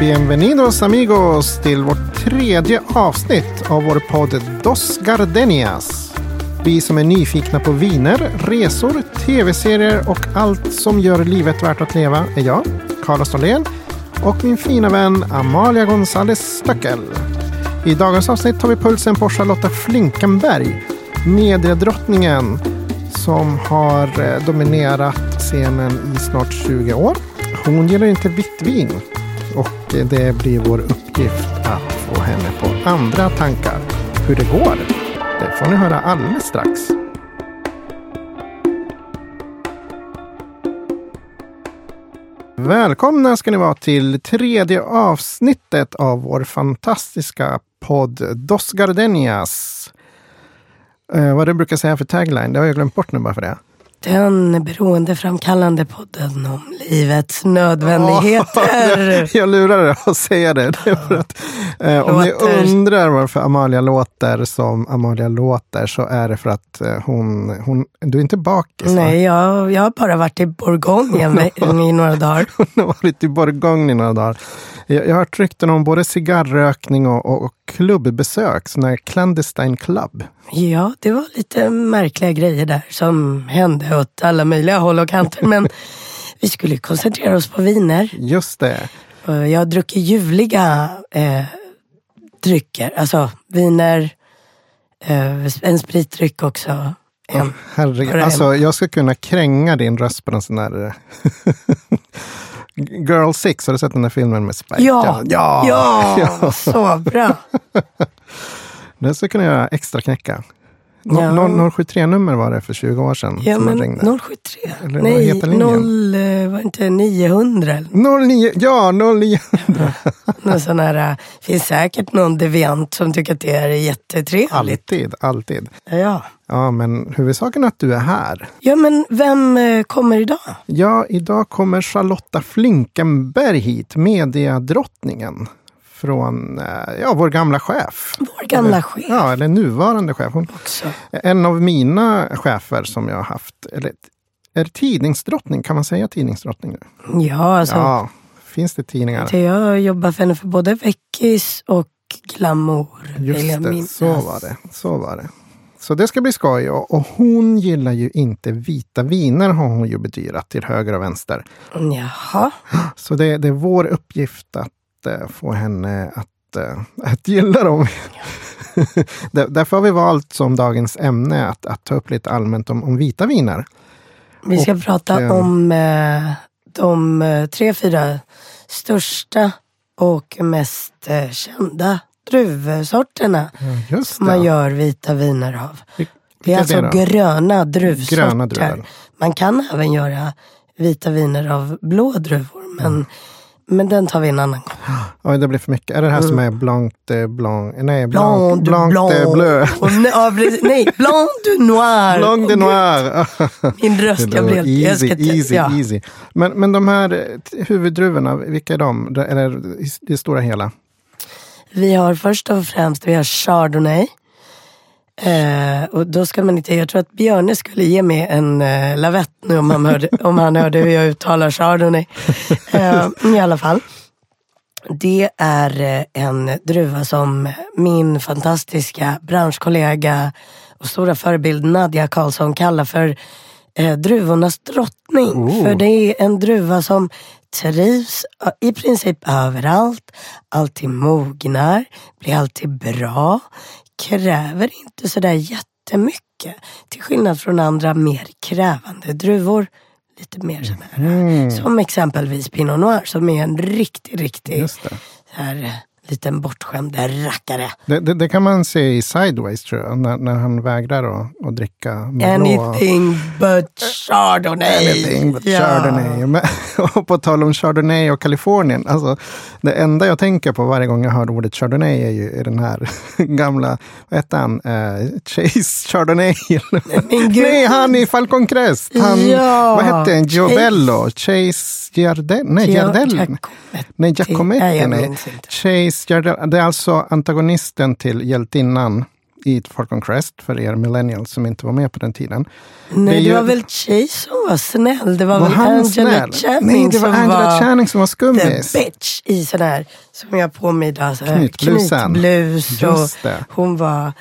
Bienvenidos amigos till vårt tredje avsnitt av vår podd Dos Gardenias. Vi som är nyfikna på viner, resor, tv-serier och allt som gör livet värt att leva är jag, Carlos Norlén och min fina vän Amalia González Stöckel. I dagens avsnitt tar vi pulsen på Charlotta Flinkenberg, mediedrottningen som har eh, dominerat scenen i snart 20 år. Hon gillar inte vitt vin och eh, det blir vår uppgift att få henne på andra tankar. Hur det går, det får ni höra alldeles strax. Välkomna ska ni vara till tredje avsnittet av vår fantastiska podd Dos Gardenias. Eh, vad du brukar säga för tagline, det har jag glömt bort nu bara för det. Den beroendeframkallande podden om livets nödvändigheter. Jag lurar dig att säga det. det är för att, eh, om ni Låter. undrar varför Amalia låter som Amalia låter så är det för att eh, hon, hon du är inte bakis. va? Nej, jag, jag har bara varit i Bourgogne med- i några dagar. Hon har varit i Bourgogne i några dagar. Jag, jag har hört rykten om både cigarrökning och, och, och klubbbesök, sån här clandestine club. Ja, det var lite märkliga grejer där som hände åt alla möjliga håll och kanter. Men vi skulle koncentrera oss på viner. Just det. Och Jag dricker ljuvliga eh, drycker. Alltså viner, eh, en spritdryck också. En. Hör Herregud. det Alltså, jag ska kunna kränga din röst på en sån där... Girl Six, har du sett den där filmen med Spike? Ja, ja. ja, så bra. Den skulle kunna göra extra knäcka. Ja. 073-nummer var det för 20 år sedan Ja som men man ringde. 073. Eller vad Nej, heter linjen? 0, eh, var det inte 900 eller 09, ja 09. någon sån här. eh, finns säkert någon deviant som tycker att det är jättetrevligt. Alltid, alltid. Ja. Ja, men huvudsaken är att du är här. ja, men vem eh, kommer idag? Ja, idag kommer Charlotta Flinkenberg hit, mediadrottningen. Från eh, ja, vår gamla chef. Vår gamla chef Ja, eller nuvarande chef. Hon, också. en av mina chefer som jag har haft, eller är det tidningsdrottning? Kan man säga tidningsdrottning nu? Ja, alltså. Ja, finns det tidningar? det Jag jobbar för henne för både Veckis och Glamour. vill Just jag det, minnas. så var det. Så var det. Så det ska bli skoj. Och, och hon gillar ju inte vita viner har hon ju bedyrat till höger och vänster. Jaha, Så det, det är vår uppgift att eh, få henne att, eh, att gilla dem. Där- Därför har vi valt som dagens ämne att, att ta upp lite allmänt om, om vita viner. vi ska prata eh, om eh, de eh, tre, fyra största och mest eh, kända druvsorterna. Just man det. gör vita viner av. Det är vilka alltså är det då? gröna druvsorter. Gröna druvor. Man kan även göra vita viner av blå druvor. Men, Mm. men den tar vi en annan gång. Oj, det blir för mycket. Är det det här som är Blanc de Blanc? Nej, Blanc, Mm. Blanc, du blanc, blanc. de Bleu. Och ne- ja, precis. nej, blanc du noir. Blanc de Noir. Min röst, jag blev easy, jag ska ta- easy, ja. easy. Men, men de här eh, t- huvuddruvorna, vilka är de? Det- Eller i s- det stora hela? Vi har först och främst vi har chardonnay. Eh, och då ska man inte, jag tror att Björne skulle ge mig en eh, lavett nu om han, hörde, om han hörde hur jag uttalar chardonnay. Eh, I alla fall. Det är eh, en druva som min fantastiska branschkollega och stora förebild Nadja Karlsson kallar för eh, druvornas drottning. För det är en druva som trivs eh, i princip överallt, alltid mognar, blir alltid bra, kräver inte sådär jättemycket. Till skillnad från andra mer krävande druvor. Lite mer sådär. Mm. Som exempelvis Pinot Noir som är en riktig, riktig Just det. så här eh, liten bortskämd rackare. Det, det, det kan man se i Sideways tror jag, när, när han vägrar att, att dricka Merlot. Anything but Chardonnay. Eh, Anything but Chardonnay. Men, och på tal om Chardonnay och Kalifornien, alltså, det enda jag tänker på varje gång jag hör ordet Chardonnay är ju är den här gamla, vad hette han, eh, Chase Chardonnay. Men gud. Nej, han i Falcon Crest. Han, Ja. Vad hette han? Chase. Giobello? Chase Giardelli? Nej, Ja, Giardelli. Giacometti. Nej, Nej, Giacometti. jag Nej. minns inte. Chase Giardelli. Det är alltså antagonisten till hjältinnan i Falcon Crest för er millennials som inte var med på den tiden. Nej, ju- det var väl Chase som var snäll. Det var, Var väl han Angela snäll? Nej, Channing det var som Angela var Channing som var the skummis. bitch i sån här, som jag på mig idag, så här, Knytblusen. knytblus. Och Just det. hon var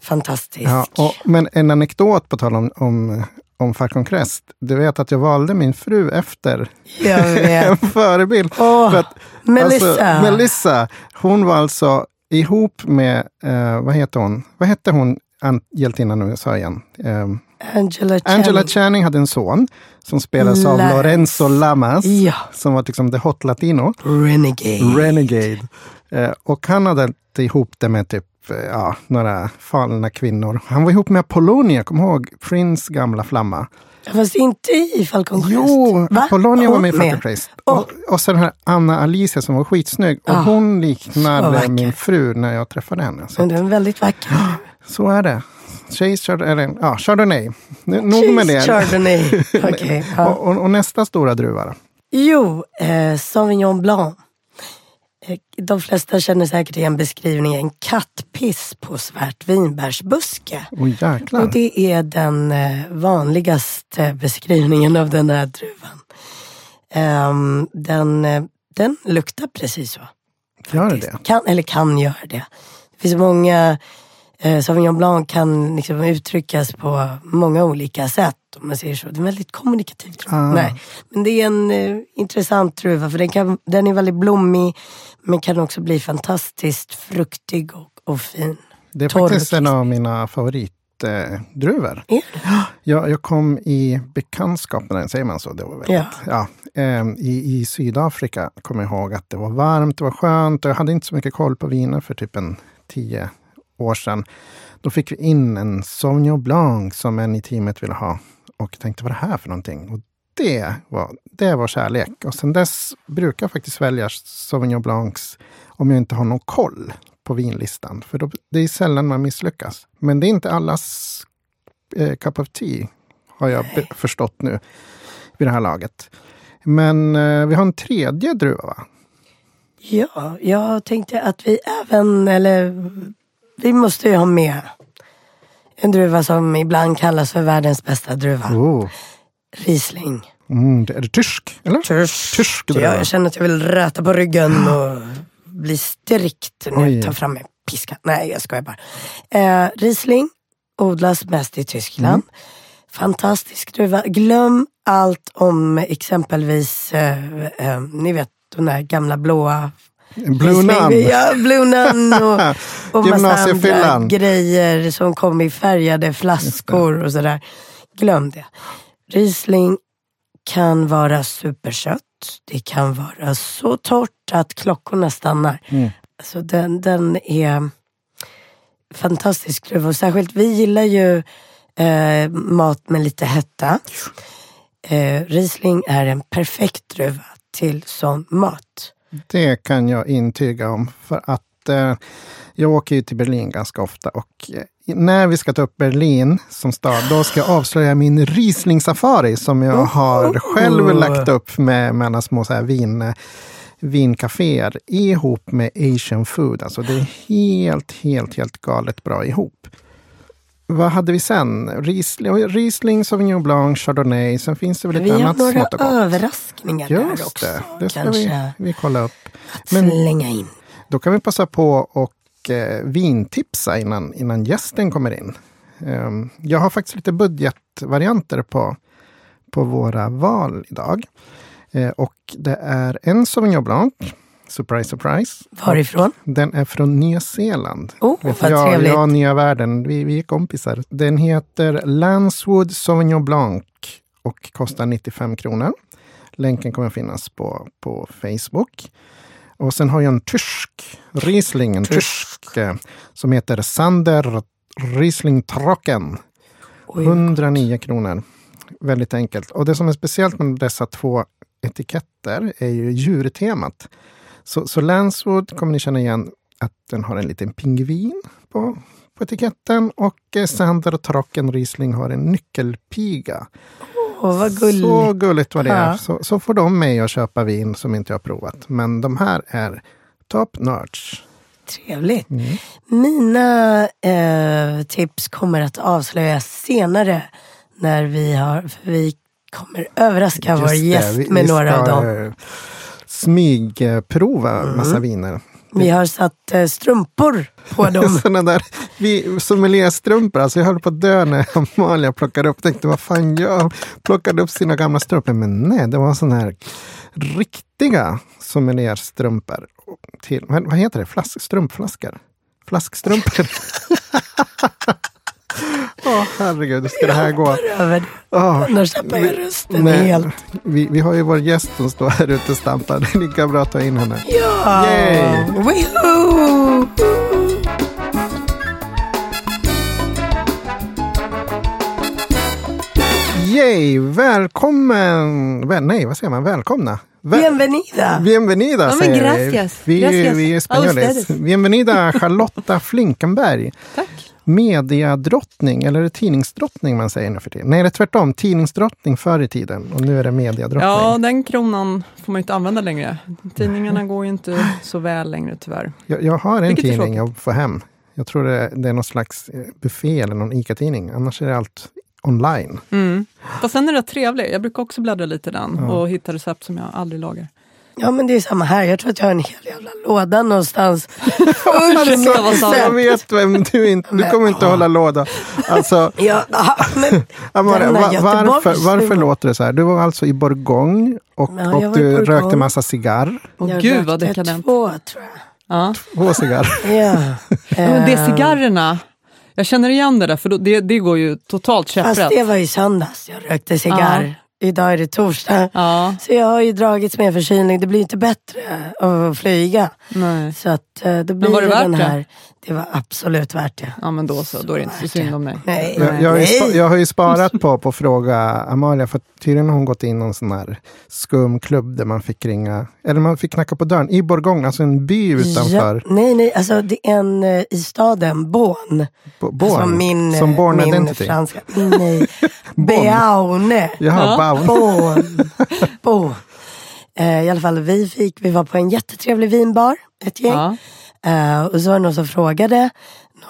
fantastisk. Ja, och, men en anekdot på tal om, om, om Falcon Crest. Du vet att jag valde min fru efter Jag en vet. förebild. Åh, För att, Melissa. Alltså, Melissa, hon var alltså ihop med, eh, vad heter hon? Vad hette hon, an- hjältinnan nu, sa jag igen. Eh, Angela Channing. Angela Channing hade en son som spelas av Lance. Lorenzo Lamas, Ja. som var liksom the hot latino. Renegade. Renegade. Eh, och han hade inte ihop det med typ eh, ja, några fallna kvinnor. Han var ihop med Apollonia, kom ihåg Prince gamla flamma. Fast inte i Falcon Crest. Jo, Va? Apollonia var Hon med i Fucker Christ. Och, och så den här Anna Alicia som var skitsnygg. Och Ah, hon så liknade vacker. Mm. min fru när jag träffade henne. Så, Men den är väldigt vacker. så är det. Chase Chard- eller, ja, Chardonnay. Nu- Nog med Chase det. Chardonnay. Okej, ja. Och, och, och nästa stora druva då? Jo, eh, Sauvignon Blanc. Eh, De flesta känner säkert igen beskrivningen kattpiss på svart vinbärsbuske. Åh jäklar. Och det är den eh, vanligaste beskrivningen av den här druvan. Ehm, den, eh, den luktar precis så. Gör det det? Kan, eller kan göra det. Det finns många, eh, Sauvignon Blanc kan liksom uttryckas på många olika sätt. Om man säger så. Det är väldigt kommunikativt. Ah. Nej. Men det är en eh, intressant druva för den, kan, den är väldigt blommig men kan också bli fantastiskt fruktig och, och fin. Det är Torr. faktiskt en av mina favoritdruvor. Eh, druvor. Är jag, jag kom i bekantskap med den, säger man så? Det var väldigt, Ja. Ja, ehm, i, I Sydafrika kommer jag ihåg att det var varmt, det var skönt och jag hade inte så mycket koll på viner för typ en tio år sedan. Då fick vi in en Sauvignon Blanc som en i teamet ville ha och tänkte vad är det här för någonting? Och det var, det var kärlek. Och sen dess brukar jag faktiskt välja Sauvignon Blancs om jag inte har någon koll på vinlistan. För då, det är sällan man misslyckas. Men det är inte allas eh, cup of tea, har jag be- förstått nu vid det här laget. Men eh, vi har en tredje druva, va? Ja, jag tänkte att vi även, eller vi måste ju ha med en druva som ibland kallas för världens bästa druva. Oh. Riesling. Mm, det är det tysk, eller? Tysk. Tysk Ja, druva. jag känner att jag vill räta på ryggen och bli strikt när Oj. jag tar fram en piska. Nej, jag skojar bara. Eh, Riesling odlas mest i Tyskland. Fantastisk druva. Glöm allt om exempelvis, eh, eh, ni vet de där gamla blåa Blue Riesling. Nun. Ja, Blue Nun och, och massa andra Gymnasiefyllan. grejer som kom i färgade flaskor och sådär. Glöm det. Riesling kan vara supersött. Det kan vara så torrt att klockorna stannar. Mm. Alltså den, den är fantastisk druva. Och särskilt, vi gillar ju eh, mat med lite hetta. Eh, Riesling är en perfekt druva till sån mat. Det kan jag intyga om. För att eh, jag åker ju till Berlin ganska ofta. Och eh, när vi ska ta upp Berlin som stad, då ska jag avslöja min Riesling-safari som jag har själv lagt upp med, med alla små så här vin vinkaféer ihop med Asian food. Alltså det är helt, helt, helt galet bra ihop. Vad hade vi sen? Riesling, Riesling Sauvignon Blanc, Chardonnay. Sen finns det väl lite Vi har annat några smått och gott. överraskningar där Just också. det, det ska kanske vi, vi kolla upp. att men- slänga in. Då kan vi passa på och eh, vintipsa innan, innan gästen kommer in. Ehm, jag har faktiskt lite budgetvarianter på, på våra val idag. Eh, och det är en Sauvignon Blanc, surprise surprise. Varifrån? Den är från Nya Zeeland. Oh, Vet du, vad jag, trevligt. jag och nya världen, vi, vi är kompisar. Den heter Lanswood Sauvignon Blanc och kostar 95 kronor. Länken kommer finnas på, på Facebook. Och sen har jag en tysk Riesling, en tysk, eh, som heter Sander Riesling Trocken. Oj. 109 kronor. Väldigt enkelt. Och det som är speciellt med dessa två etiketter är ju djurtemat. Så, så Lanswood kommer ni känna igen att den har en liten pingvin på, på etiketten och eh, Sander och Trocken Riesling har en nyckelpiga. Åh, vad gulligt. Så gulligt var det. Ja. Så, så får de mig att köpa vin som inte jag har provat. Men de här är top notch. Mm. Trevligt. Mina eh, tips kommer att avslöjas senare när vi har, för vi kommer överraska vår Just det, gäst vi- med vi några ska, av dem. Mm. eh, Smygprova massa viner. Vi har satt eh, strumpor på dem. Sådana där vi- sommelierstrumpor, alltså jag höll på att dö när Amalia plockade upp, tänkte vad fan jag plockade upp sina gamla strumpor, men nej, det var sådana här riktiga sommelierstrumpor. Till, vad vad heter det? Flask, strumpflaskor? Flaskstrumpor? Åh herregud, hur ska det här gå? Över det. Åh, Annars tappar jag rösten nej. helt. Vi, vi har ju vår gäst som står här ute och stampar, det är lika bra att ta in henne. Ja! Yay. Wihoo! Yay! Välkommen! Väl, nej, vad säger man? Välkomna! Väl, Bienvenida! Bienvenida men säger gracias. vi. Vi, Gracias. vi är spanjolis. A ustedes. Bienvenida Charlotta Flinkenberg. Tack. Mediadrottning, eller är det tidningsdrottning man säger nu för tiden? Nej, det är tvärtom. Tidningsdrottning förr i tiden och nu är det mediadrottning. Ja, den kronan får man ju inte använda längre. Tidningarna går ju inte så väl längre tyvärr. Jag, jag har en Vilket är tidning jag får hem. Jag tror det, det är någon slags eh, buffé eller någon ICA-tidning. Annars är det allt online. Mm. Fast den är rätt trevlig. Jag brukar också bläddra lite i den och hitta recept som jag aldrig lagar. Ja men det är samma här, jag tror att jag har en hel jävla låda någonstans. det ska vara så. Usch, Jag vet vem du inte... Du kommer inte hålla låda. Alltså, Ja, aha, men, Amore, Den där va, varför, Göteborgs- varför låter det så här? Du var alltså i Bourgogne och, Ja, jag och var i du Bourgogne. rökte massa cigarr. Åh jag gud vad rökte dekadent. två tror jag. Ja. Två cigarr. Ja. Ja, men det är Ehm, cigarrerna. Jag känner igen det där, för då, det, det går ju totalt Fast käpprätt. det var i söndags jag rökte cigarr. Idag är det torsdag. Ja, Så jag har ju dragits med förkylning. Det blir inte bättre av att flyga. nej. Så att eh, då blir var det värt den det? här. Det var absolut värt det. Ja, men då så. Då är det inte så synd om mig. Nej. Jag, jag, har ju Nej. spa- jag har ju sparat på på fråga Amalia, för att tydligen har hon gått in i någon sån här skum klubb där man fick ringa, eller man fick knacka på dörren i Bourgogne, alltså en by utanför Ja, nej, nej, alltså det är en eh, i staden, Bonn. ja, Born. Som min, eh, som Born min Identity. franska. Nej, Beaune. Jaha, Baun. Bonn. Bonn. Eh, I alla fall, vi, fick, vi var på en jättetrevlig vinbar, ett gäng. Ja. Eh, och så var det någon som frågade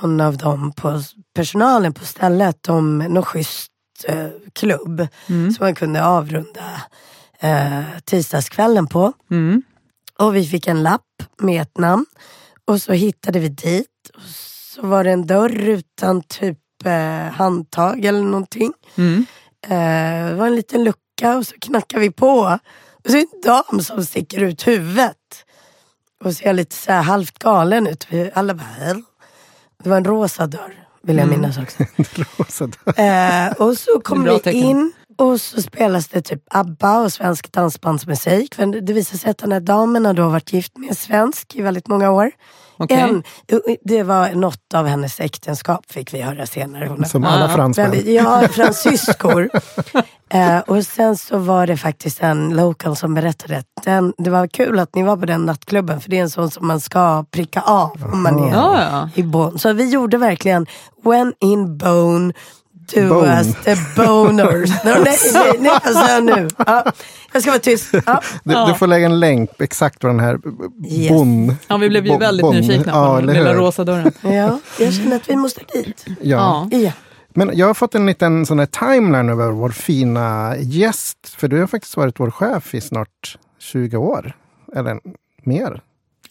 någon av dem på personalen på stället om någon schysst eh, klubb som man kunde avrunda eh, tisdagskvällen på. Mm. Och vi fick en lapp med ett namn. Och så hittade vi dit. Och så var det en dörr utan typ eh, handtag eller någonting. Mm. Eh, det var en liten lucka och så knackade vi på. Och så är det en dam som sticker ut huvudet. Och ser lite så här halvt galen ut. Vi alla bara... "Hej." Det var en rosa dörr, vill jag minnas också. Så att- Eh, och så kom Det är bra vi tecken. in och så spelas det typ ABBA och svensk dansbandsmusik. För det visar sig att den här damen har då varit gift med en svensk i väldigt många år. Okej. En, det var något av hennes äktenskap fick vi höra senare. Hon har Som alla Ja. fransmän. Väldigt, ja, fransyskor. eh, och sen så var det faktiskt en local som berättade att den, det var kul att ni var på den nattklubben för det är en sån som man ska pricka av om man är Ja, ja. i Bonn. Så vi gjorde verkligen when in bone do Bone. us the boners. nej, nej, nej, nej, alltså nu. Ja, jag ska vara tyst. Ja. Du, du får lägga en länk exakt vad den här yes. Yes. bon... Ja, vi blev ju bon- väldigt bon- nyfikna på ja, den eller lilla hur? rosa dörren. ja, jag känner att vi måste dit. ja. Ja. Ja. Men jag har fått en liten sån här timeline över vår fina gäst. För du har faktiskt varit vår chef i snart 20 år. Eller mer.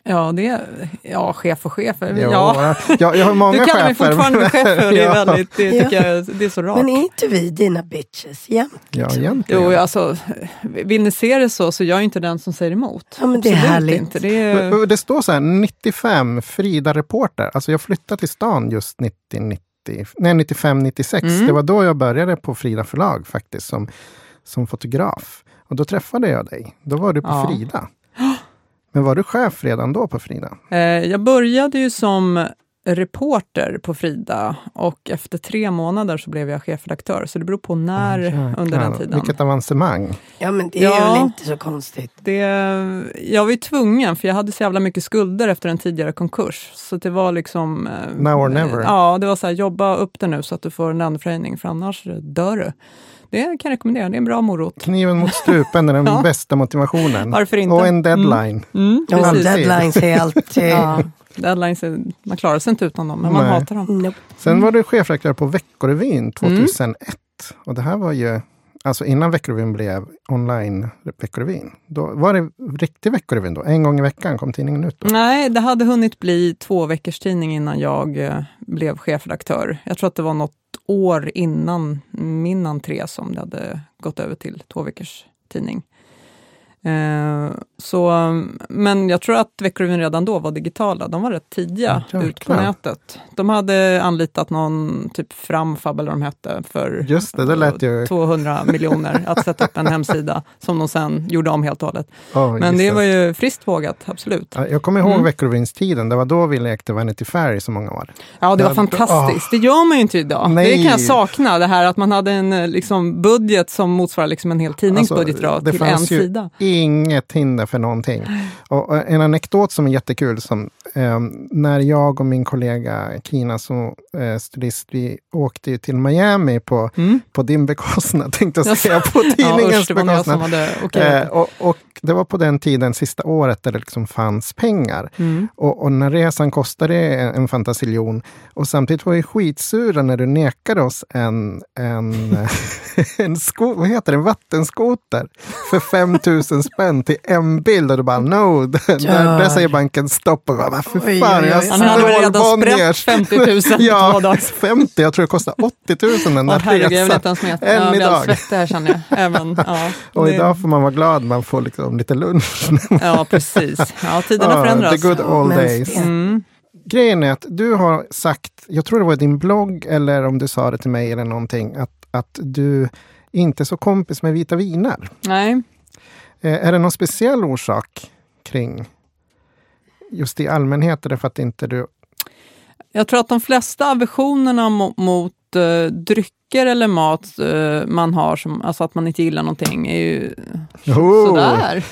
Ja, det är, ja, chef och chef. Jo, ja. Jag, jag har många Du kallar mig chefer. fortfarande för chef och det Ja. är, väldigt, det, Ja. tycker jag, det är så rart. Men är inte vi dina bitches jämt? Ja, egentligen. Jo, alltså, vill ni se det så, så jag är inte den som säger emot. Ja, men det är Absolut härligt. Inte. Det är, Och Det står så här 95, Frida reporter. Alltså jag flyttade till stan just 90, 90, nej, 95, 96. Mm. Det var då jag började på Frida förlag faktiskt som, som fotograf. Och då träffade jag dig. Då var du på Ja. Frida. Men var du chef redan då på Frida? eh, jag började ju som reporter på Frida och efter tre månader så blev jag chefredaktör, så det beror på när under den Ja, tiden. Vilket avancemang. Ja men det är Ja. väl inte så konstigt. Det, jag var ju tvungen, för jag hade så jävla mycket skulder efter en tidigare konkurs. Så det var liksom... eh, Now or never. Ja, det var så här, jobba upp det nu så att du får en landfröjning, för annars dör du. Det kan jag rekommendera, det är en bra morot. Kniven mot strupen är den Ja. bästa motivationen. Varför inte? Och en deadline. Mm, Ja, precis. det- deadlines är alltid... Ja. Deadlines, är, man klarar sig inte utan dem, men man Nej. hatar dem. Nope. Sen var du chefredaktör på Mm. Veckorevyn 2001. Och det här var ju, alltså innan Veckorevyn blev online-Veckorevyn. Då var det riktig Veckorevyn då? En gång i veckan kom tidningen ut då? Nej, det hade hunnit bli två veckors tidning innan jag eh, blev chefredaktör. Jag tror att det var något år innan min entré som det hade gått över till två veckors tidning. Eh, så, men jag tror att Veckorevyn redan då var digitala. De var rätt tidiga Ja, ut på jäklar. nätet. De hade anlitat någon, typ Framfab eller vad de hette, för Just det, det lät ju... 200 miljoner att sätta upp en hemsida som de sen gjorde om helt och hållet. ja, Men just det var ju friskt vågat, absolut. Ja, Jag kommer ihåg Mm. Veckorevyn-tiden. Det var då vi lekte Vanity Fair i så många år. Ja, det var Ja, fantastiskt. Det gör man ju inte idag. Nej. Det kan jag sakna, det här att man hade en eh, liksom, budget som motsvarar liksom en hel tidningsbudget idag Alltså, det till en fanns ju sida. Inget hinder för någonting. Och och en anekdot som är jättekul, som, eh, när jag och min kollega Kina som eh, stylist, vi åkte ju till Miami på, på din bekostnad, tänkte jag Jaså? säga, på Ja, Mm. tidningens usch, det var nog jag som bekostnad. hade... Eh, okej. och, och det var på den tiden, sista året, där det liksom fanns pengar. Mm. Och, och när resan kostade en, en fantasiljon. Och samtidigt var vi skitsura när du nekade oss en, en, en, sko, vad heter det, en vattenskoter för 5 000 spänn till en bild. Och du bara no, där, där säger banken stopp. Och jag bara, "Men för Oj, fan, oj, jag oj. Han hade väl redan snål sprätt Bonniers." 50 000 på två ja, dagar. 50, jag tror det kostade 80 000 den Åh där herregud, jag vill resan. inte ens veta. Än Jag blir idag. alldeles svettig här känner jag. Även, ja, Och det- idag får man vara glad, man får liksom lite lunch. Ja, precis. Ja, tiderna Ah, förändras. the good old Men days. sten. Mm. Grejen är att du har sagt, jag tror det var i din blogg eller om du sa det till mig eller någonting, att, att du inte är så kompis med vita viner. Nej. Eh, är det någon speciell orsak kring just i allmänhet? Är det för att inte du... Jag tror att de flesta aversionerna mo- mot eh, drycker eller mat eh, man har, som, alltså att man inte gillar någonting, är ju Oh, sådär.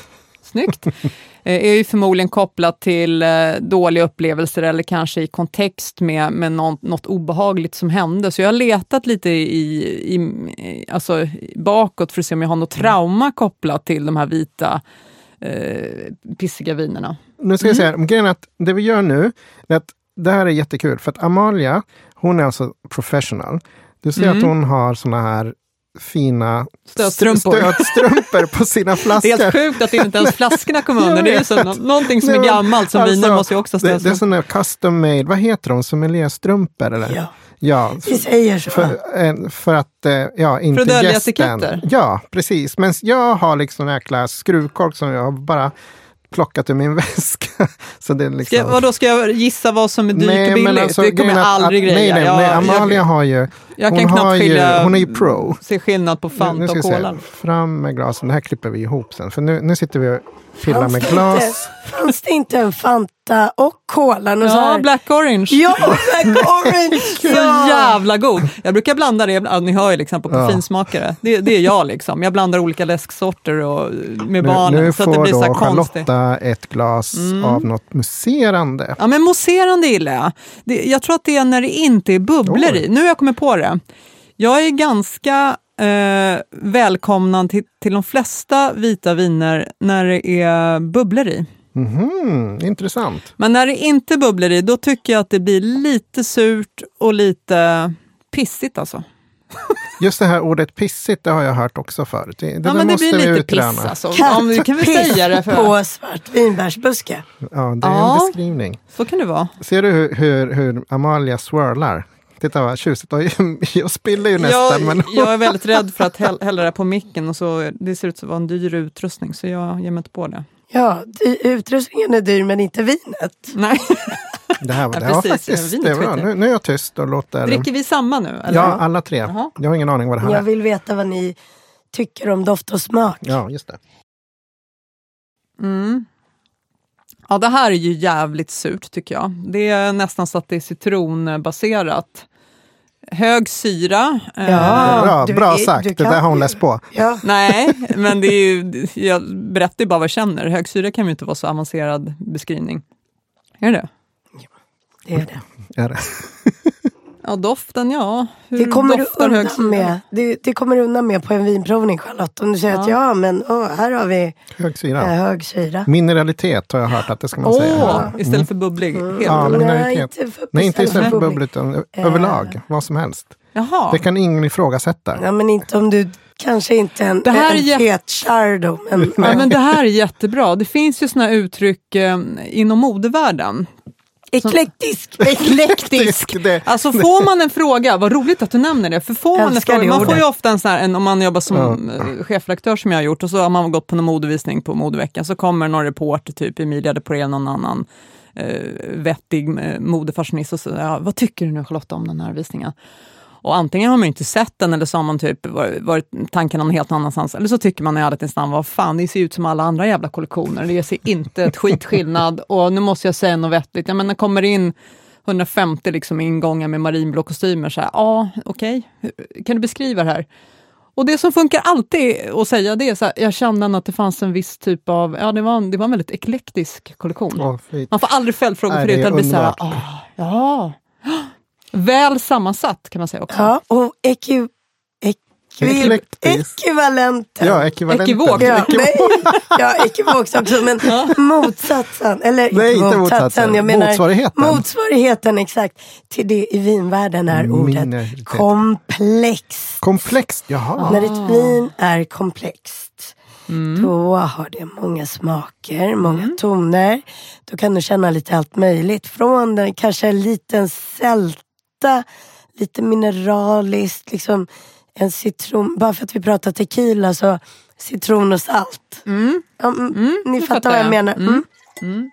Snyggt. Eh, är ju förmodligen kopplat till eh, dåliga upplevelser eller kanske i kontext med, med något, något obehagligt som hände. Så jag har letat lite i, i, i, alltså, bakåt för att se om jag har något trauma kopplat till de här vita eh, pissiga vinerna. Nu ska jag säga, Mm. grejen är att det vi gör nu, är att det här är jättekul för att Amalia, hon är alltså professional. Du ser Mm. att hon har såna här fina Stödstrumpor. stödstrumpor på sina Det är flaskor. helt sjukt att inte ens flaskorna kom under. Jag Det är ju vet. så, nå- någonting som Nej, är men gammalt som alltså, viner måste ju också Det, ställas det är upp. sådana här custom made, vad heter de, sommelierstrumpor eller? Ja. Ja, Vi säger så. för, eh, för att, eh, ja, inte dölja gästen. etiketter. Ja, precis. Men jag har liksom en jäkla skruvkork som jag har bara plockat ur min väska. Så det är liksom... Ska jag, vadå, ska jag gissa vad som är dyrt Nej, och men billigt? alltså, det kommer grejen jag är att- aldrig att- Nej, greja. nej, Jag- nej Amalia jag, har ju... jag kan hon knappt har ju- skilja... hon är ju pro. Se skillnad på nu Fanta ska och jag Cola. se. Fram med glasen. Det här klipper vi ihop sen. För nu, nu sitter vi och pillar med Fanns det glas. inte- Fanns det inte en Fanta och Cola? någon så Ja, här- Black Orange. Ja, Black Orange! Så ja. jävla god! Jag brukar blanda det, ja, ni hör ju liksom på finsmakare. Det, det är jag liksom. Jag blandar olika läsksorter och, med Nu, barnen nu så att det får blir så här då konstigt. Mm. Charlotta ett glas av något muserande. Ja, men mousserande gillar jag. Det, jag tror att det är när det inte är bubblor Oj. i. Nu har jag kommit på det. Jag är ganska eh, välkomnande till, till de flesta vita viner när det är bubblor i. Mhm, intressant. Men när det inte är bubblor i, då tycker jag att det blir lite surt och lite pissigt alltså. Just det här ordet pissigt, det har jag hört också förut. Det, det, ja, där men det måste blir vi lite utröna. piss alltså. Ja, men vi kan väl Kattpiss säga det. För, på svartvinbärsbuske. Ja, det är Ja. en beskrivning. så kan det vara. Ser du hur, hur, hur Amalia swirlar? Titta vad tjusigt. Oj, Jag spiller ju nästan. Jag, men... jag är väldigt rädd för att häll- hälla det här på micken och så, det ser ut att vara en dyr utrustning så jag ger mig inte på det. Ja, dy- utrustningen är dyr men inte vinet. Nej. Det här var Ja, det. Ja, precis. faktiskt. Vinet Det var bra. skiter. Nu, nu är jag tyst och låter... Dricker vi samma nu? Eller? ja, alla tre. Jaha. Jag har ingen aning vad det här Jag är. vill veta vad ni tycker om doft och smak. Ja, just det. Mm. Ja, det här är ju jävligt surt tycker jag. Det är nästan så att det är citronbaserat. Hög syra. eh, Ja, bra du bra är- sagt. du Det kan där har hon ju. läst på. Ja. Nej, men det är ju, jag berättar ju bara vad jag känner. Hög syra kan ju inte vara så avancerad beskrivning. Är det Det är det. Är det? Ja, Ja, doften ja. Hur Det kommer du Mm, doftar undan högsyra? med. Det, det kommer du undan med på en vinprovning Charlotte. Om du säger att ja men åh, här har vi Hög eh, syra. hög syra. Mineralitet har jag hört att det ska man Åh, säga. Mm. istället för bubblig. Helt. Ja, eller? men- mineralitet. Nej, inte för- Nej, inte istället för Nej. bubbligt, utan Eh. överlag. Vad som helst. Jaha. Det kan ingen ifrågasätta. Ja men inte om du, kanske inte en, Det här är en jätte- fet chardo. Men, Ja, men det här är jättebra. Det finns ju såna här uttryck eh, inom modevärlden. eklektisk. Eklektisk. Det- Alltså får man en fråga, vad roligt att du nämner det, för får man en Älskar fråga, det man får ju ordet. ofta en sån här, en, om man jobbar som eh, chefredaktör som jag har gjort och så har man gått på någon modevisning på modeveckan så kommer någon reporter, typ Emilia de Poré, någon annan eh, vettig eh, modefashionist och säger ja, vad tycker du nu Charlotta om den här visningen? Och antingen har man ju inte sett den eller så har man typ var- varit tanken någon helt annanstans. Eller så tycker man i ärlighetens namn, vad fan, det ser ut som alla andra jävla kollektioner. Det ser inte ett skit skillnad och nu måste jag säga något vettigt. Ja, men när kommer in 150 liksom ingångar med marinblå kostymer, så här, ja, okej, Hur- kan du beskriva det här? Och det som funkar alltid att säga det är så här, jag kände ändå att det fanns en viss typ av, ja det var en, det var en väldigt eklektisk kollektion. Åh, fy. Man får aldrig följdfrågor Nej, för det, det är utan det blir så här, underbart. "Ah, ja, väl sammansatt kan man säga också. Ja, och eku, eku, Eklektisk. ekvivalenten. Ja, ekvivalenten. Ekivok. Ja, nej, ja, ekivox också, men motsatsen. Eller Nej, inte motsatsen. Jag menar, Motsvarigheten. Motsvarigheten, exakt. Till det i vinvärlden är Minoritet. ordet komplex. Komplext, jaha. När ett vin är komplext, då har det många smaker, många toner. Då kan du känna lite allt möjligt. Från den, kanske en liten sälta, lite mineraliskt, liksom en citron. Bara för att vi pratar tequila så citron och salt. Ja, mm, ni fattar, fattar vad jag, jag. menar. Mm.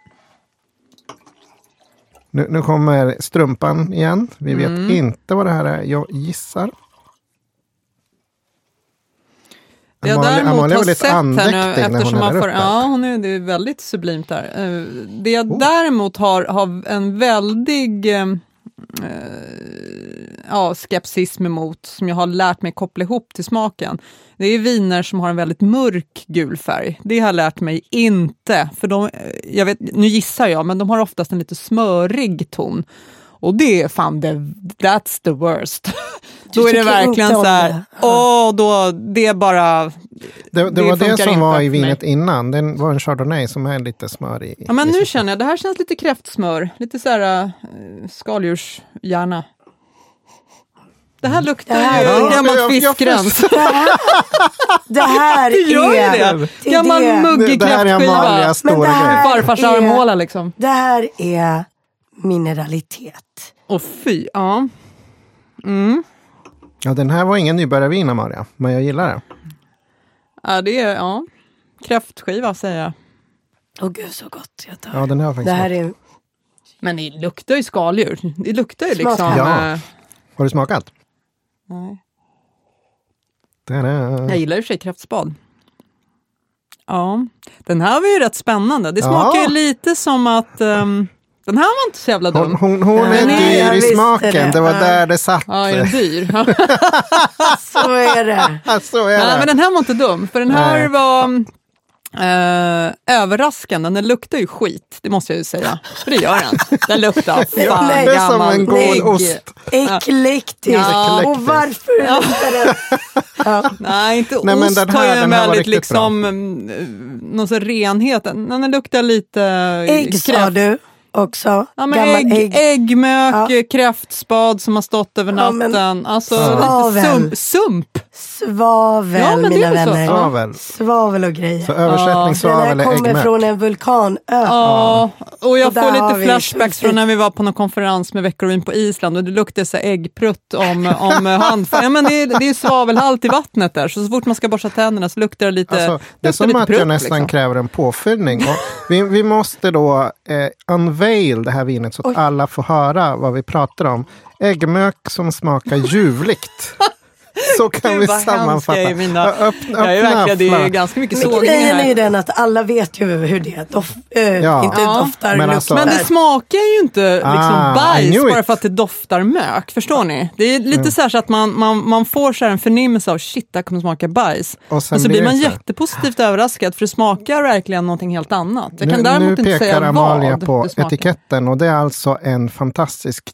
Nu, nu kommer strumpan igen. Vi vet Mm. inte vad det här är. Jag gissar. Det jag Amalia- däremot Amalia har var lite sett här andäktig nu, när hon eftersom man häller får, upp allt. ja, hon är, det är väldigt sublimt där. Eh, Det jag Oh. däremot har, har en väldig eh, eh, ja, skepsism emot, som jag har lärt mig koppla ihop till smaken, det är viner som har en väldigt mörk gul färg. Det har jag lärt mig inte, för de, eh, jag vet, nu gissar jag, men de har oftast en lite smörig ton. Och det är fan, det, that's the worst. Då är det tycker verkligen inte om så här, det? åh, då, det är bara Det, det, Det var det funkar som inte var för i vinet innan. Den var en chardonnay som är lite smörig. Ja, men nu känner jag, det här känns lite kräftsmör, lite så här äh, skaldjurshjärna. Det här luktar Mm. Det här- ju Ja, jag- jag gammalt fiskgräns. Det här, det här Det gör ju är... det! är Gammal det. det, muggig det här är kräftskiva. Amalias stora det här- grej. Farfars är- armhåla liksom. Det här är mineralitet. Åh fy, ja. Ja, den här var ingen nybörjarvin Amalia, men jag gillar det. ja. Det är, ja. Kräftskiva säger jag. Åh gud så gott jag tar. Ja, den här var faktiskt det här gott. är... Men det luktar ju skaldjur. Det luktar ju Smakar. liksom... Ja. eh, Har du smakat? nej. Ta-da. Jag gillar i och för sig kräftspad. Ja, den här var ju rätt spännande. Det Ja. smakar ju lite som att... ehm, den här var inte så jävla dum. Hon, hon, hon Nej, är nej, jag dyr i visste smaken. Det, det. var Ja. där det satt. Ja, är den dyr? Så är det. Ja, Så är Nej, det. men den här var inte dum, för den här Nej. var eh, överraskande. Den luktar ju skit, det måste jag ju säga. För det gör den. Den luktar fan Nej, det är som en gammal ägg. god ost. Eklektisk. Ja. Och varför luktar den? Ja. Nej, inte Nej, men ost den har ju här- en den här var väldigt riktigt liksom, mm, någon sån renhet. Den, den luktar lite eh, Ägg sa kräft- du också. Ja, men Gammal ägg, Äggmök, Ja. kräftspad som har stått över Ja, men- natten. alltså lite Svavel. sump. sump. Svavel Ja, men det mina är väl så. vänner. Svavel. Svavel och grejer. Så översättning svavel den här är kommer äggmök. från en vulkanö. Ja, och jag Och där får har lite vi flashbacks precis. från när vi var på någon konferens med Veckorevyn på Island och det luktade så här äggprutt om, om handfärg. Ja, men det, är, det är svavelhalt i vattnet där, så så fort man ska borsta tänderna så luktar det lite Alltså, det luktar är som lite att prutt, jag nästan eh, liksom. kräver en påfyllning. Och vi, vi måste då eh, unveil det här vinet så att alla får höra vad vi pratar om. Äggmök som smakar ljuvligt. Så kan Gud, vi vad hemskt sammanfatta. jag är i mina- Ja, Öppna, Ja, det är öppna verkligen, det är flask. ganska mycket Men sågning grejen är ju här. den att alla vet ju hur det är. Dof, eh, Ja. Inte Ja. doftar, Men luktar. alltså- Men det smakar ju inte liksom Ah, I bajs knew bara it. Mm. för att det doftar mök, förstår ni? Det är lite så här så att man, man, man får så här en förnimmelse av shit, det här kommer smaka bajs. Och Och, sen blir så blir det man så här. jättepositivt överraskad för det smakar verkligen någonting helt annat. Jag kan nu, däremot nu inte pekar säga Amalia vad på det smakar. etiketten och det är alltså en fantastisk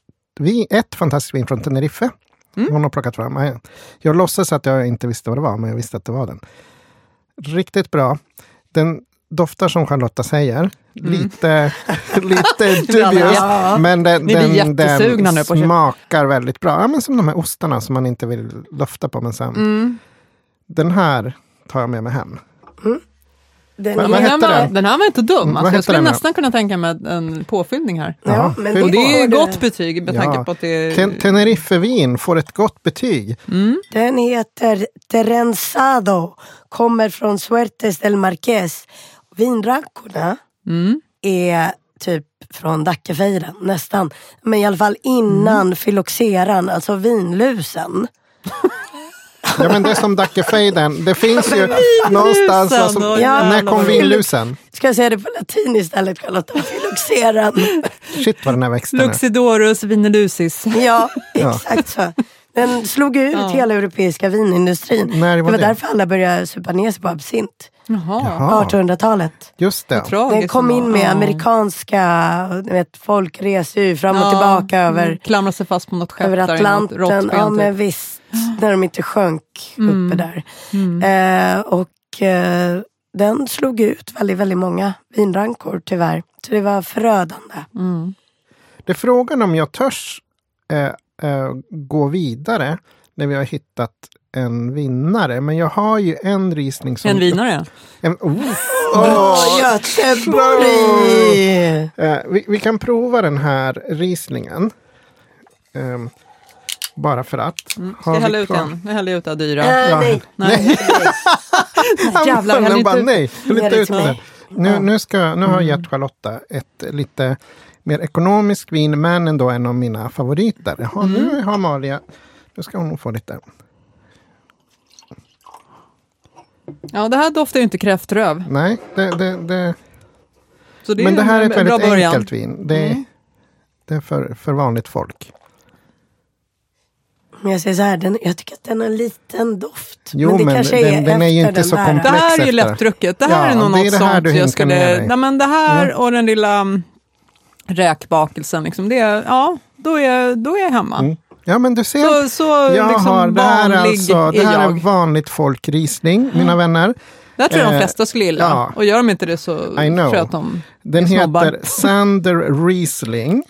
vin, ett fantastiskt vin från Tenerife. Mm. Hon har plockat fram. Eh, Jag låtsas att jag inte visste vad det var, men jag visste att det var den. Riktigt bra. Den doftar som Charlotta säger. Lite, lite Vi alla- dubious. Mm. ja. Men den, Vi blir den, jättesugna den nu på att köpa. smakar väldigt bra. Ja, men som de här ostarna som man inte vill dofta på. Men sen. Mm. Den här tar jag med mig hem. Den Men- är, Vad Den, här hette var, den? den här var inte dum. Vad Alltså, hette jag skulle den då? nästan kunna tänka mig en påfyllning här. Ja, ja, men fy Och det är ju den- gott betyg med tanke Ja. på att det är... Ten- Teneriffevin får ett gott betyg. Den heter Terenzado, kommer från Suertes del Marqués. Vinrankorna Mm. är typ från Dackefejden, nästan. Men i alla fall innan filoxeran, alltså vinlusen. Ja, men det är som Dackefejden. Det finns ju någonstans... Alltså, och jävlar när kom vad- vinlusen? Ska jag säga det på latin istället Charlotta? Filoxeran. Shit vad den här växten är. Luxidorus vinelusis. Ja, Ja. exakt så. Den slog ju ut Ja. hela europeiska vinindustrin. När det var var det? därför alla började supa ner sig på absint. Jaha. Ja, 1800-talet. just det. Tragiskt Den kom in ändå. med Ja. amerikanska, ni vet, folk reser ju fram och Ja, tillbaka över, mm, Klamrar sig fast på något skepp över där i något Atlanten. råttben, Ja typ. Mm. men visst, när de inte sjönk uppe där. Eh, och eh, den slog ut väldigt, väldigt många vinrankor tyvärr. Så det var förödande. Mm. Det är frågan om jag törs eh, eh, gå vidare när vi har hittat en vinnare. Men jag har ju en risning som... En vinare. En, oh, Åh, Göteborg! Eh, vi, vi kan prova den här risningen. Ehm, bara för att. Mm. Ska Har jag vi hälla ut kvar- en? Jag häller ut det här dyra. Äh, nej, Nej. Jävlar, Han jag häller inte bara, ut. nej, jag vill Ge inte det ut till med det. mig. Nu, nu, ska, nu har Mm. jag gett Charlotta ett lite mer ekonomiskt vin, men ändå en av mina favoriter. Jaha, Mm. nu har Malia, nu ska hon nog få lite. Ja, det här doftar ju inte kräftröv. Nej, det, det, det, Så det men är det här är en ett bra väldigt början. Mm. enkelt vin. Det, är- det är för, för vanligt folk. Men jag säger så här, den, jag tycker att den har en liten doft. Jo, men det men kanske den- är den är ju efter inte den så där. komplex. Det här är efter. ju lättdrucket. Det här Ja, är nog det är något det här sånt du jag hinkar ner skulle... dig. Nej, men det här och den lilla mm, räkbakelsen, liksom, det, är- ja, då är, då är jag hemma. Mm. Ja, men du ser. Så, så jag liksom har, det här, är vanlig alltså, det är här jag. Mm. är vanligt folk risning, mina vänner. Det här tror jag de eh, flesta skulle gilla. ja. Och gör de inte det så tror I know. jag att de... Den Snobbar. heter Sander Riesling.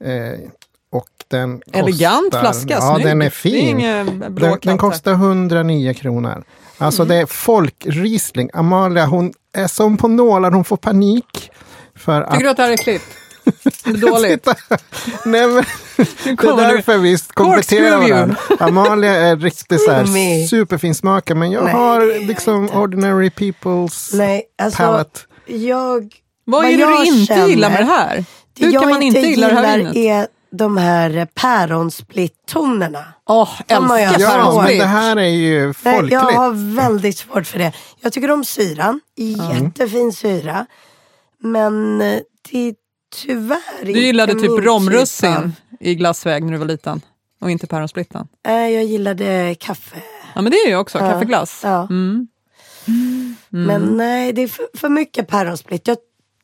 Eh, och den kostar, Elegant flaska, Ja, snygg. den är Det fin. är ingen blå Den, den knapp kostar 109 kronor. Alltså det är folkrisling. Amalia hon är som på nålar, hon får panik. För där. att... Tycker du att det här är klippt? Det är dåligt. Nej, men, det är kommer nu. därför vi kompletterar Corkscrew you. varandra. Amalia är riktigt så här Screw me. superfin smakare men jag Nej, det är har jag liksom ordinary people's Nej, alltså palate. jag... Vad är det jag du inte känner- gillar med det här? Hur jag kan man inte gilla det här gillar vinet? är de här päronsplit-tonerna. Åh, De har jag älskar Ja, Ja, men Folkligt. det här är ju Nej, folkligt. Jag har väldigt svårt för det. Jag tycker om syran, jättefin syra. Men eh, det är tyvärr Du gillade inte min typ typ av- romrussin i glassväg när du var liten och inte päronsplitten. Nej, jag gillade kaffe. Ja men det är ju också, kaffeglass. Ja. Mm. Men nej, det är för, för mycket päronsplitt. Jag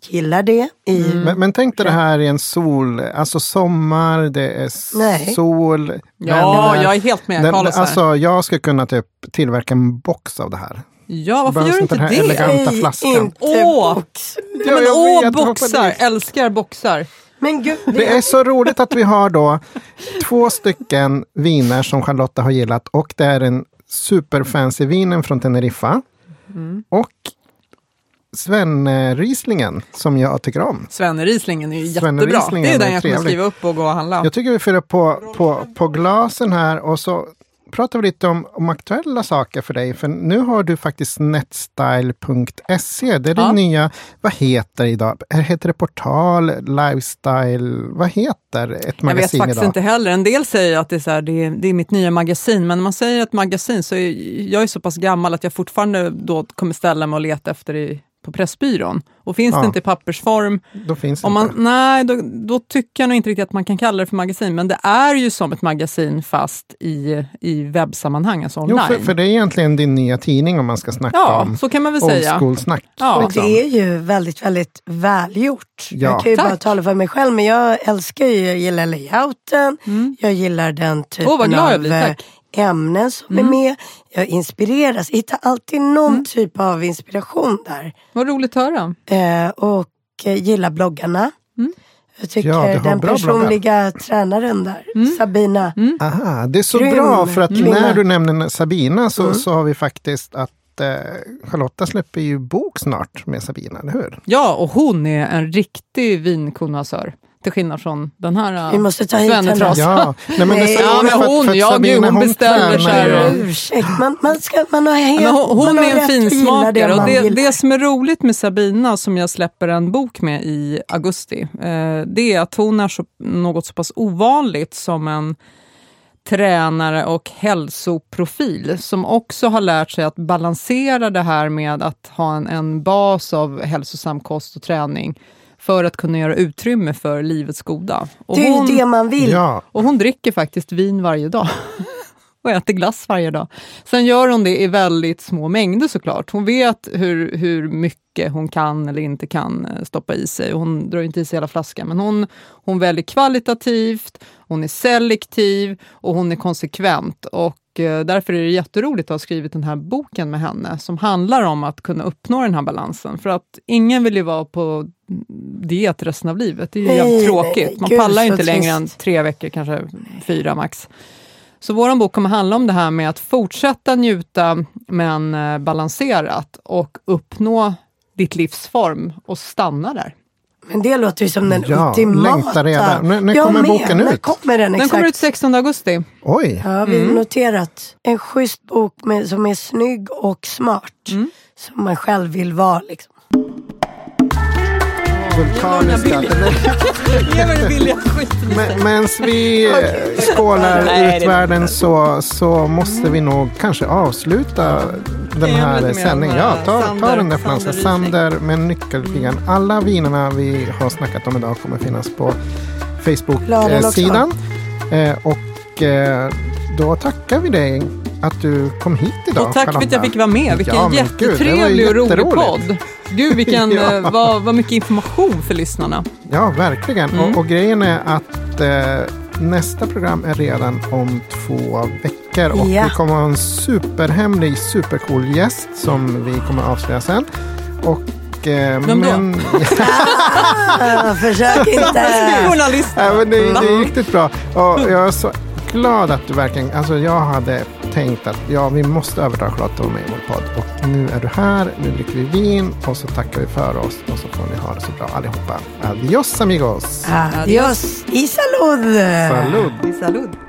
gillar det i... Mm. Men, men tänk dig det här i en sol, alltså sommar, det är s- Nej. sol. Ja, jag är helt med den, Carlos här. alltså, jag skulle kunna typ tillverka en box av det här. Ja, varför Bara gör du sånt inte här det? elegant. Hämta Nej, flaskan. inte Åh! box. Ja, men jag åh, vet, hoppa boxar! dit. Älskar boxar. Men gud, Det är så roligt att vi har då två stycken viner som Charlotta har gillat och det är den superfancy vinen från Teneriffa Mm. och Sven-Rieslingen som jag tycker om. Svennerislingen är ju Svenne jättebra. Rieslingen Det är är den jag kommer trevlig. skriva upp och gå och handla. Jag tycker vi fyller på, på, på glasen här och så pratar vi lite om, om aktuella saker för dig. För nu har du faktiskt netstyle.se. Det är Ja. din nya, vad heter det idag? Eh, Heter det portal, lifestyle? Vad heter ett Jag vet magasin faktiskt idag? inte heller. En del säger att det är, så här, det, är, det är mitt nya magasin, men när man säger ett magasin så är jag är så pass gammal att jag fortfarande då kommer ställa mig och leta efter i på Pressbyrån. Och finns Ja. det inte i pappersform, Då finns det om man, inte. nej, då, då tycker jag nog inte riktigt att man kan kalla det för magasin, men det är ju som ett magasin fast i, i webbsammanhang, alltså Jo, online. för, för det är egentligen din nya tidning om man ska snacka ja, om så kan man väl old säga. school-snack. Liksom. Ja. Och det är ju väldigt, väldigt välgjort. Ja. Jag kan ju bara Tack. tala för mig själv, men jag älskar ju, jag gillar layouten, jag gillar den typen Mm. Åh, vad glad jag av blir, eh, tack. Mm. ämnen som är med. Jag inspireras, jag hittar alltid någon typ av inspiration där. Vad roligt att höra. Eh, och eh, gillar bloggarna. Mm. Jag tycker Ja, du har den bra personliga tränaren där, Mm. Sabina. Aha, det är så Grym bra för att kvinna. när du nämner Sabina så, Mm. så har vi faktiskt att eh, Charlotta släpper ju bok snart med Sabina, eller hur? Ja, och hon är en riktig vinkonnoissör, till skillnad från den här Vi måste ta hit henne. svennetrasan. Ja, nej, men Nej. det är så Ja, roligt men för att- hon, för att ja, gud, Sabina, hon tränar beställer så här, ju- Ja. Men Ursäkt, man, man, ska, man har helt, Men hon, hon man har är en rätt att gilla finsmakare och man det, gillar. det som är roligt med Sabina som jag släpper en bok med i augusti, eh, det är att hon är så, något så pass ovanligt som en tränare och hälsoprofil som också har lärt sig att balansera det här med att ha en, en bas av hälsosam kost och träning för att kunna göra utrymme för livets goda. Och det är hon- ju det man vill. Ja, och hon dricker faktiskt vin varje dag. Och äter glass varje dag. Sen gör hon det i väldigt små mängder såklart. Hon vet hur, hur mycket hon kan eller inte kan eh, stoppa i sig. Hon drar inte i sig hela flaskan. Men hon, hon väljer kvalitativt, hon är selektiv och hon är konsekvent. Och eh, därför är det jätteroligt att ha skrivit den här boken med henne som handlar om att kunna uppnå den här balansen. För att ingen vill ju vara på diet resten av livet. Det är ju Nej, jävligt nej, tråkigt. Man gud, pallar ju så inte längre än trist. tre veckor, kanske fyra max. Så vår bok kommer handla om det här med att fortsätta njuta men eh, balanserat och uppnå ditt livsform och stanna där. Men det låter ju som den Ja, ultimata. längtar redan. När- när Jag kommer med. boken När ut? kommer den Den exakt? kommer ut Mm. 16 augusti. oj. Ja, vi har noterat. En schysst bok med, som är snygg och smart. Mm. Som man själv vill vara liksom. Vulkaniska. Ge mig den billiga skiten. Medan vi eh, skålar Nej, ut det- världen så, så måste vi nog kanske avsluta den Jag vill här inte mer sändningen. om, Ja, eh, ta, ta Sander- den där franska Sanderrisning. Sander med nyckelpigan. Alla vinerna vi har snackat om idag kommer finnas på Bladen också. Facebook-sidan. Eh, Och eh, då tackar vi dig att du kom hit idag. Och tack för att jag Charlotta. fick vara med. Vilken Ja, men gud, det var jättetrevlig och rolig jätteroligt. podd. Gud, vilken, Ja. eh, vad, vad mycket information för lyssnarna. Ja, verkligen. Mm. Och, och grejen är att eh, nästa program är redan om två veckor. Och Ja. vi kommer ha en superhemlig, supercool gäst som vi kommer avslöja sen. Och, eh, Vem då? men, Ah, försök inte. Journalist. ja, men det, det är riktigt bra. Och jag är så glad att du verkligen... Alltså jag hade tänkt att ja, vi måste övertala Charlotte att vara med i vår podd. Och nu är du här, nu dricker vi vin och så tackar vi för oss. Och så får ni ha det så bra allihopa. Adios amigos! Adios. Isalud. Äh. Salud! Salud.